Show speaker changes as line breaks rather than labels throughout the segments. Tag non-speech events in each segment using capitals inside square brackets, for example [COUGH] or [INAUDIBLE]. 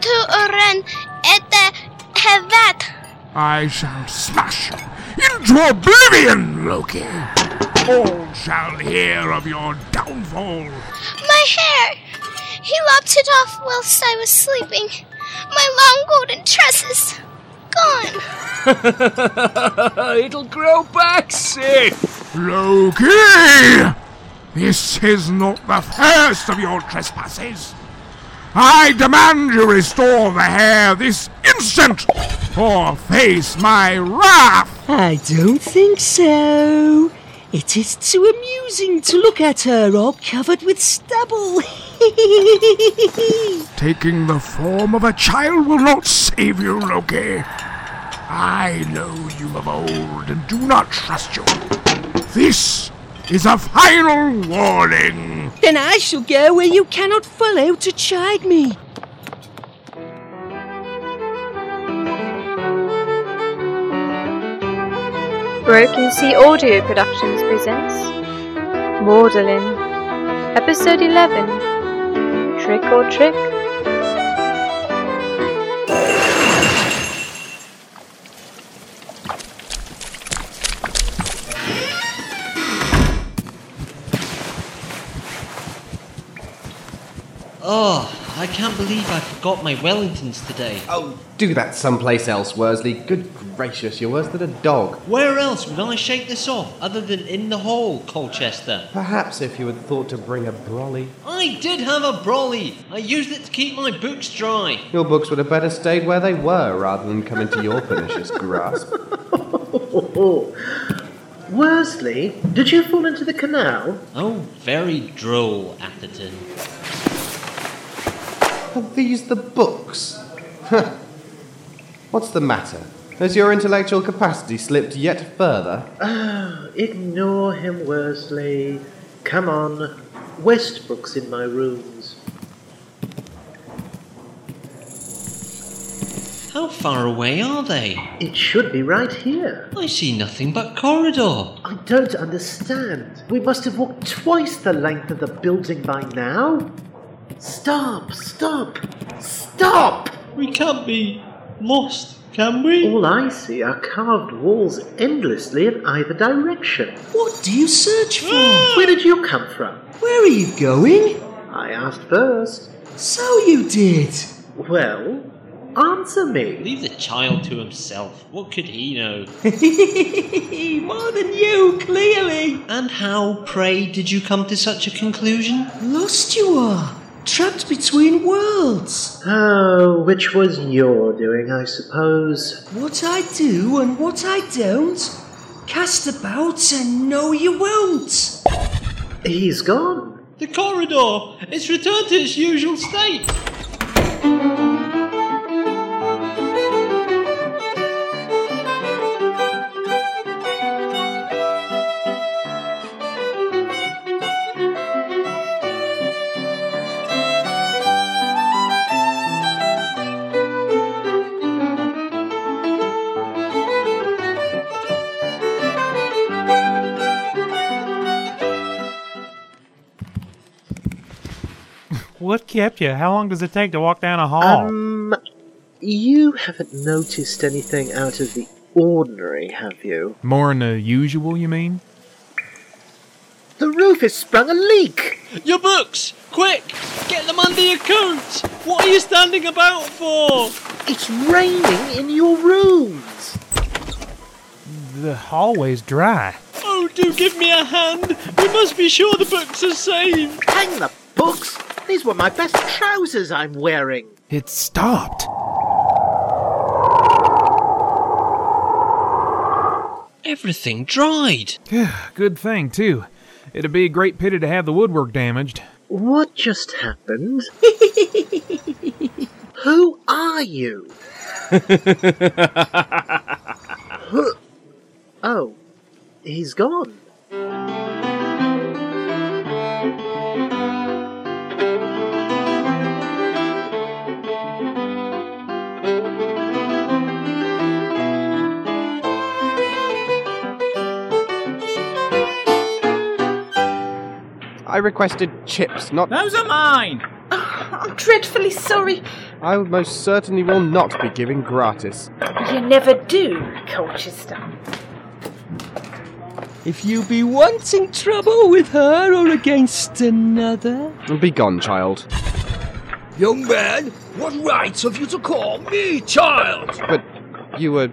children at the Hevat.
I shall smash you into oblivion, Loki. All shall hear of your downfall.
My hair! He lopped it off whilst I was sleeping. My long golden tresses. Gone.
Uh, It'll grow back safe.
Loki! This is not the first of your trespasses. I demand you restore the hair this instant, or face my wrath.
I don't think so. It is too amusing to look at her all covered with stubble. [LAUGHS]
Taking the form of a child will not save you, Loki. I know you of old and do not trust you. This is a final warning.
then I shall go where you cannot follow to chide me.
Broken Sea Audio Productions presents Maudlin, Episode 11 Trick or Trick.
Oh, I can't believe I forgot my Wellingtons today.
Oh, do that someplace else, Worsley. Good gracious, you're worse than a dog.
Where else would I shake this off other than in the hall, Colchester?
Perhaps if you had thought to bring a brolly,
I did have a brolly. I used it to keep my books dry.
your books would have better stayed where they were rather than come into your pernicious grasp.
[LAUGHS] Worsley, did you fall into the canal?
Oh, very droll, Atherton.
Are these the books? Huh. What's the matter? Has your intellectual capacity slipped yet further?
Ignore him, Worsley. Come on. Westbrook's in my rooms.
How far away are they?
It should be right here.
I see nothing but corridor.
I don't understand. We must have walked twice the length of the building by now. Stop, stop, stop!
We can't be lost, can we?
All I see are carved walls endlessly in either direction.
What do you search
Ah!
for?
Where did you come from?
Mm. Where are you going?
I asked first.
So you did.
Well, answer me.
Leave the child to himself. What could he know?
[LAUGHS] More than you, clearly.
And how, pray, did you come to such a conclusion?
Lost you are. Trapped between worlds.
Oh, which was your doing, I suppose.
What I do and what I don't. Cast about and no you won't.
He's gone.
The corridor! It's returned to its usual state!
What kept you? How long does it take to walk down a hall?
Um, you haven't noticed anything out of the ordinary, have you?
More than usual, you mean?
The roof has sprung a leak.
Your books! Quick! Get them under your coats! What are you standing about for?
It's raining in your rooms.
The hallway's dry.
Oh, do give me a hand! We must be sure the books are safe!
Hang the books. These were my best trousers I'm wearing.
It stopped.
Everything dried!
Good thing, too. It'd be a great pity to have the woodwork damaged.
What just happened? Who are you? Who- oh, he's gone.
I requested chips, not.
Those are mine.
I'm dreadfully sorry.
I most certainly will not be giving gratis.
You never do, Colchester.
If you be wanting trouble with her or against another.
Begone, child.
Young man, what right have you to call me child?
But you were.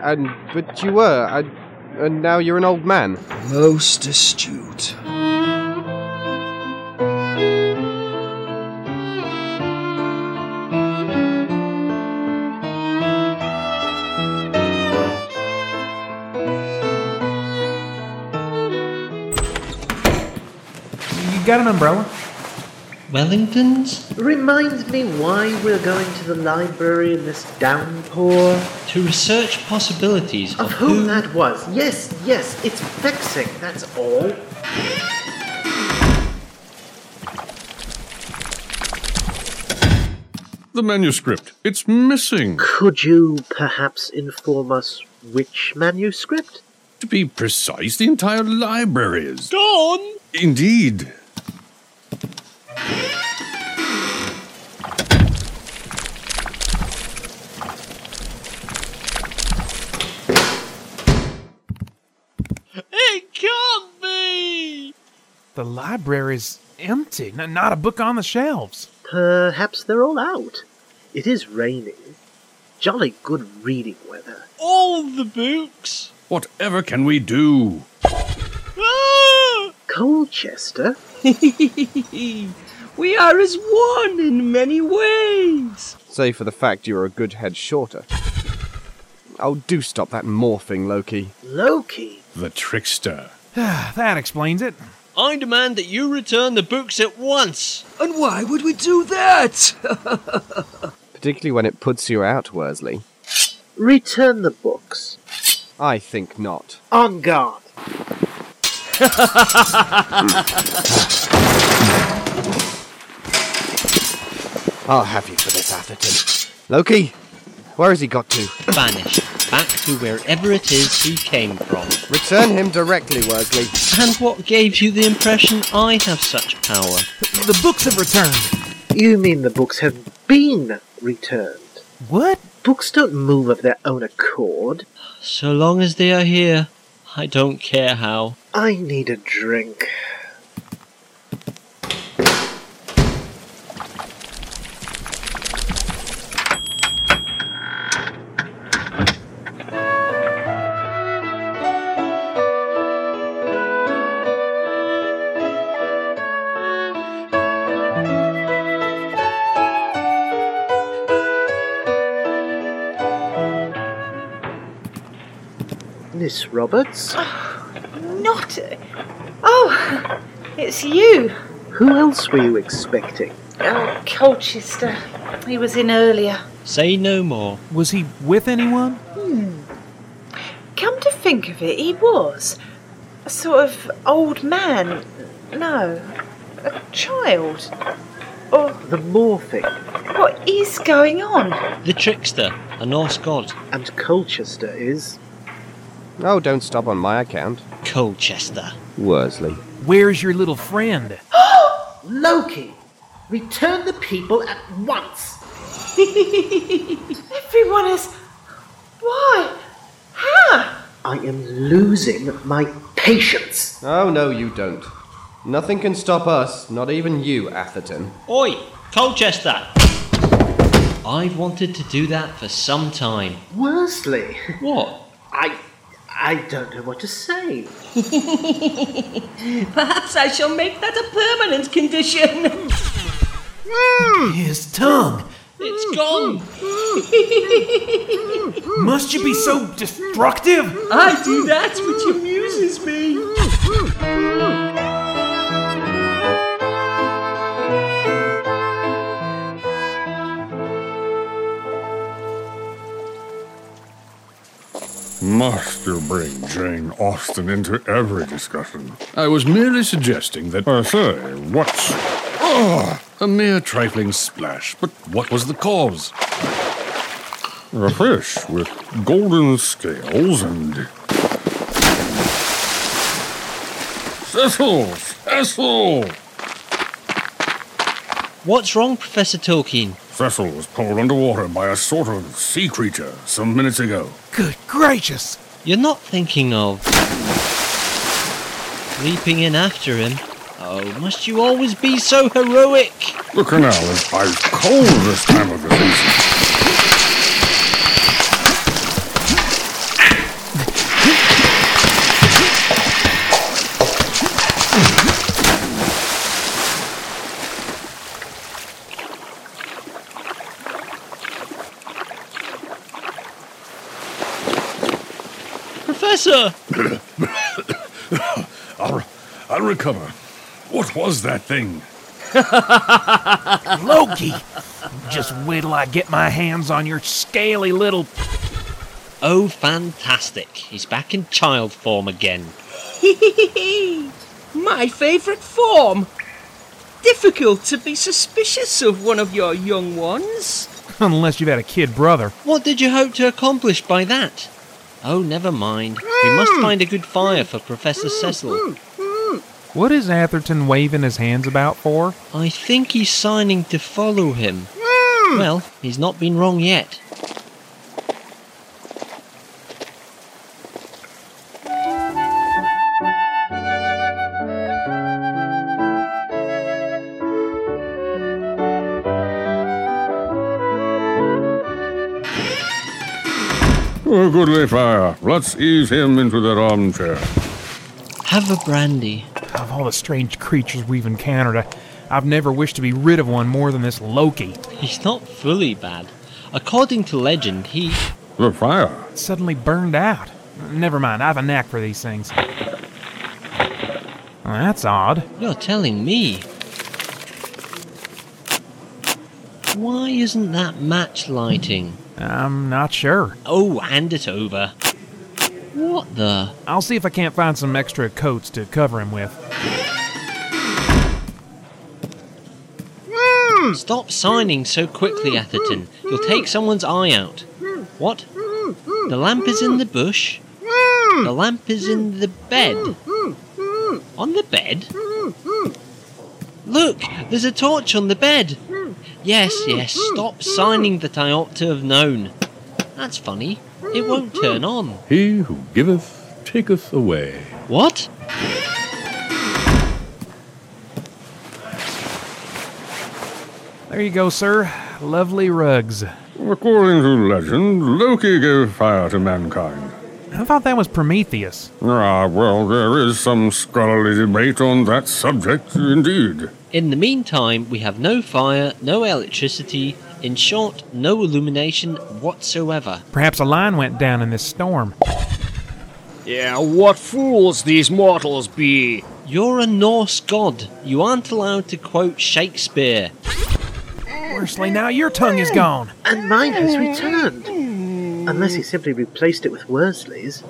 And. But you were. And, and now you're an old man.
Most astute.
You got an umbrella?
Wellingtons?
Remind me why we're going to the library in this downpour.
To research possibilities of,
Of whom that was. Yes, yes, it's vexing, that's all.
The manuscript. It's missing.
Could you perhaps inform us which manuscript?
To be precise, the entire library is.
Gone!
Indeed.
It can't be!
The library's empty. N- not a book on the shelves.
Perhaps they're all out. It is raining. Jolly good reading weather.
All the books!
Whatever can we do?
Ah!
Colchester?
we are as one in many ways.
Save for the fact you're a good head shorter. Oh, do stop that morphing, Loki.
Loki?
The trickster.
that explains it.
I demand that you return the books at once!
And why would we do that?
Particularly when it puts you out, Worsley.
Return the books.
I think not.
On guard.
[LAUGHS] I'll have you for this, Atherton. Loki, where has he got to?
Vanish. Back to wherever it is he came from.
Return him directly, Worsley.
And what gave you the impression I have such power?
The books have returned.
You mean the books have been returned?
What?
Books don't move of their own accord.
So long as they are here, I don't care how.
I need a drink. Miss Roberts?
Not. Oh, it's you.
Who else were you expecting?
Oh, Colchester. He was in earlier.
Say no more.
Was he with anyone?
Come to think of it, he was. A sort of old man. No, a child. Or
The morphing
what is going on?
The trickster, a Norse god,
and Colchester is
Oh, don't stop on my account.
Colchester.
Worsley.
Where's your little friend?
Loki. Return the people at once.
[LAUGHS] Everyone is. Why? How?
I am losing my patience.
Oh, no, you don't. Nothing can stop us, not even you, Atherton.
Oi, Colchester! I've wanted to do that for some time.
Worsley,
What?
I I don't know what to say.
Perhaps I shall make that a permanent condition.
Hmm. His tongue.
It's gone!
Must you be so destructive?
I do that which amuses me.
Master bring Jane Austen into every discussion. I was merely suggesting that. I say, what's. Ah, a mere trifling splash, but what was the cause? A fish with golden scales and. Cecil! Cecil!
What's wrong, Professor Tolkien?
Cecil was pulled underwater by a sort of sea creature some minutes ago.
Good gracious! You're not thinking of. leaping in after him. Oh, must you always be so heroic?
The canal is ice cold this time of the season.
Professor!
I'll, I'll recover. What was that thing?
Loki! [LAUGHS] Just wait till I get my hands on your scaly little.
Oh, fantastic. He's back in child form again.
[LAUGHS]
My favourite form. Difficult to be suspicious of one of your young ones.
Unless you've had a kid brother.
What did you hope to accomplish by that? Oh, never mind. We must find a good fire for Professor Cecil.
What is Atherton waving his hands about for?
I think he's signing to follow him. Well, he's not been wrong yet.
A Oh, goodly fire. Let's ease him into that armchair.
Have a brandy.
Of all the strange creatures we've encountered, I, I've never wished to be rid of one more than this Loki.
He's not fully bad. According to legend, he.
The fire?
Suddenly burned out. Never mind, I've a knack for these things. Well, that's odd.
You're telling me. Why isn't that match lighting?
I'm not sure.
Oh, hand it over. What the?
I'll see if I can't find some extra coats to cover him with.
Stop signing so quickly, Atherton. You'll take someone's eye out. What? The lamp is in the bush. The lamp is in the bed. On the bed? Look, there's a torch on the bed. Yes, yes, stop signing that I ought to have known. That's funny. It won't turn on.
He who giveth taketh away.
What?
There you go, sir. Lovely rugs.
According to legend, Loki gave fire to mankind.
I thought that was Prometheus.
Ah, well, there is some scholarly debate on that subject, indeed.
In the meantime, we have no fire, no electricity, in short, no illumination whatsoever.
Perhaps a line went down in this storm.
Yeah, what fools these mortals be!
You're a Norse god. You aren't allowed to quote Shakespeare.
Worsley, now your tongue is gone.
And mine has returned. Unless he simply replaced it with Worsley's.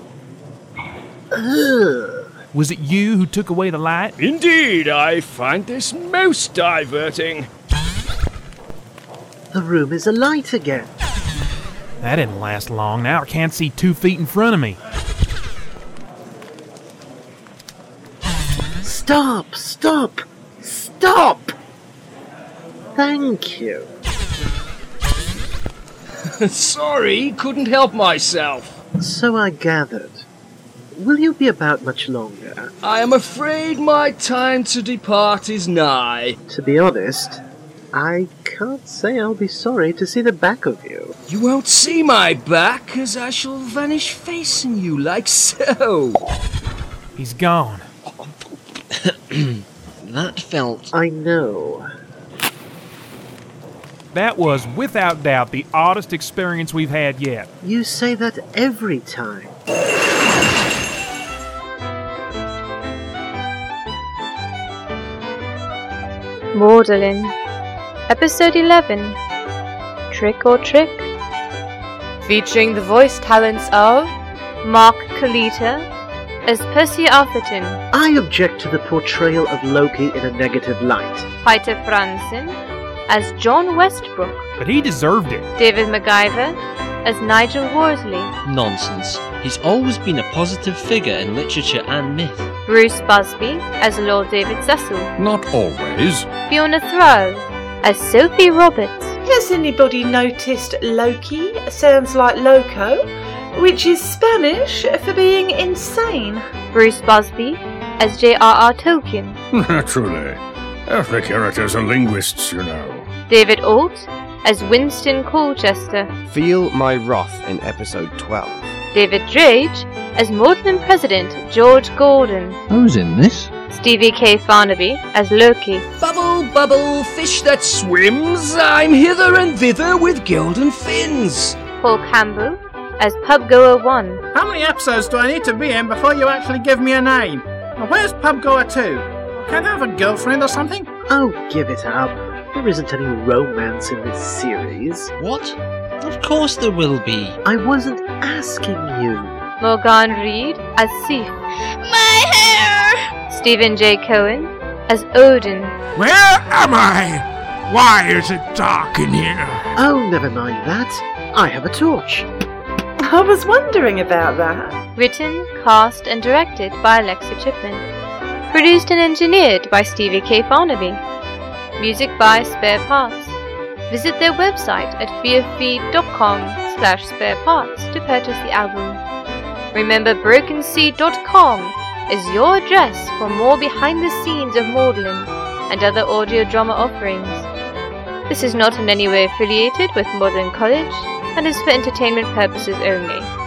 Ugh.
Was it you who took away the light?
Indeed, I find this most diverting.
The room is alight again.
That didn't last long. Now I can't see two feet in front of me.
Stop, stop, stop! Thank you.
[LAUGHS] Sorry, couldn't help myself.
So I gathered. Will you be about much longer?
I am afraid my time to depart is nigh.
To be honest, I can't say I'll be sorry to see the back of you.
You won't see my back, as I shall vanish facing you like so.
He's gone.
that felt.
I know.
That was, without doubt, the oddest experience we've had yet.
You say that every time.
Mordelin, Episode 11 Trick or Trick, featuring the voice talents of Mark Kalita as Percy Atherton,
I object to the portrayal of Loki in a negative light.
Peter Franzen as John Westbrook,
But he deserved it.
David MacGyver as Nigel Worsley,
Nonsense. He's always been a positive figure in literature and myth.
Bruce Busby as Lord David Cecil,
Not always.
Fiona Thrall as Sophie Roberts,
Has anybody noticed Loki sounds like loco, which is Spanish for being insane?
Bruce Busby as J.R.R. Tolkien,
Naturally. Every characters are linguists, you know.
David Alt as Winston Colchester,
Feel my wrath in episode 12.
David Drage as Mortimer President George Gordon,
Who's in this?
Stevie K. Farnaby as Loki,
Bubble, bubble, fish that swims, I'm hither and thither with golden fins.
Paul Campbell as Pubgoer 1,
How many episodes do I need to be in before you actually give me a name? And where's Pubgoer 2? Can I have a girlfriend or something?
Oh, give it up. There isn't any romance in this series.
What? Of course there will be.
I wasn't asking you.
Morgan Reed as Sif. My hair! Stephen J. Cohen as Odin.
Where am I? Why is it dark in here?
Oh, never mind that. I have a torch.
I was wondering about that.
Written, cast, and directed by Alexa Chipman. Produced and engineered by Stevie K. Farnaby. Music by Spare Parts. Visit their website at bfb.com slash spare parts to purchase the album. Remember brokensea.com is your address for more behind the scenes of Maudlin and other audio drama offerings. This is not in any way affiliated with Maudlin College and is for entertainment purposes only.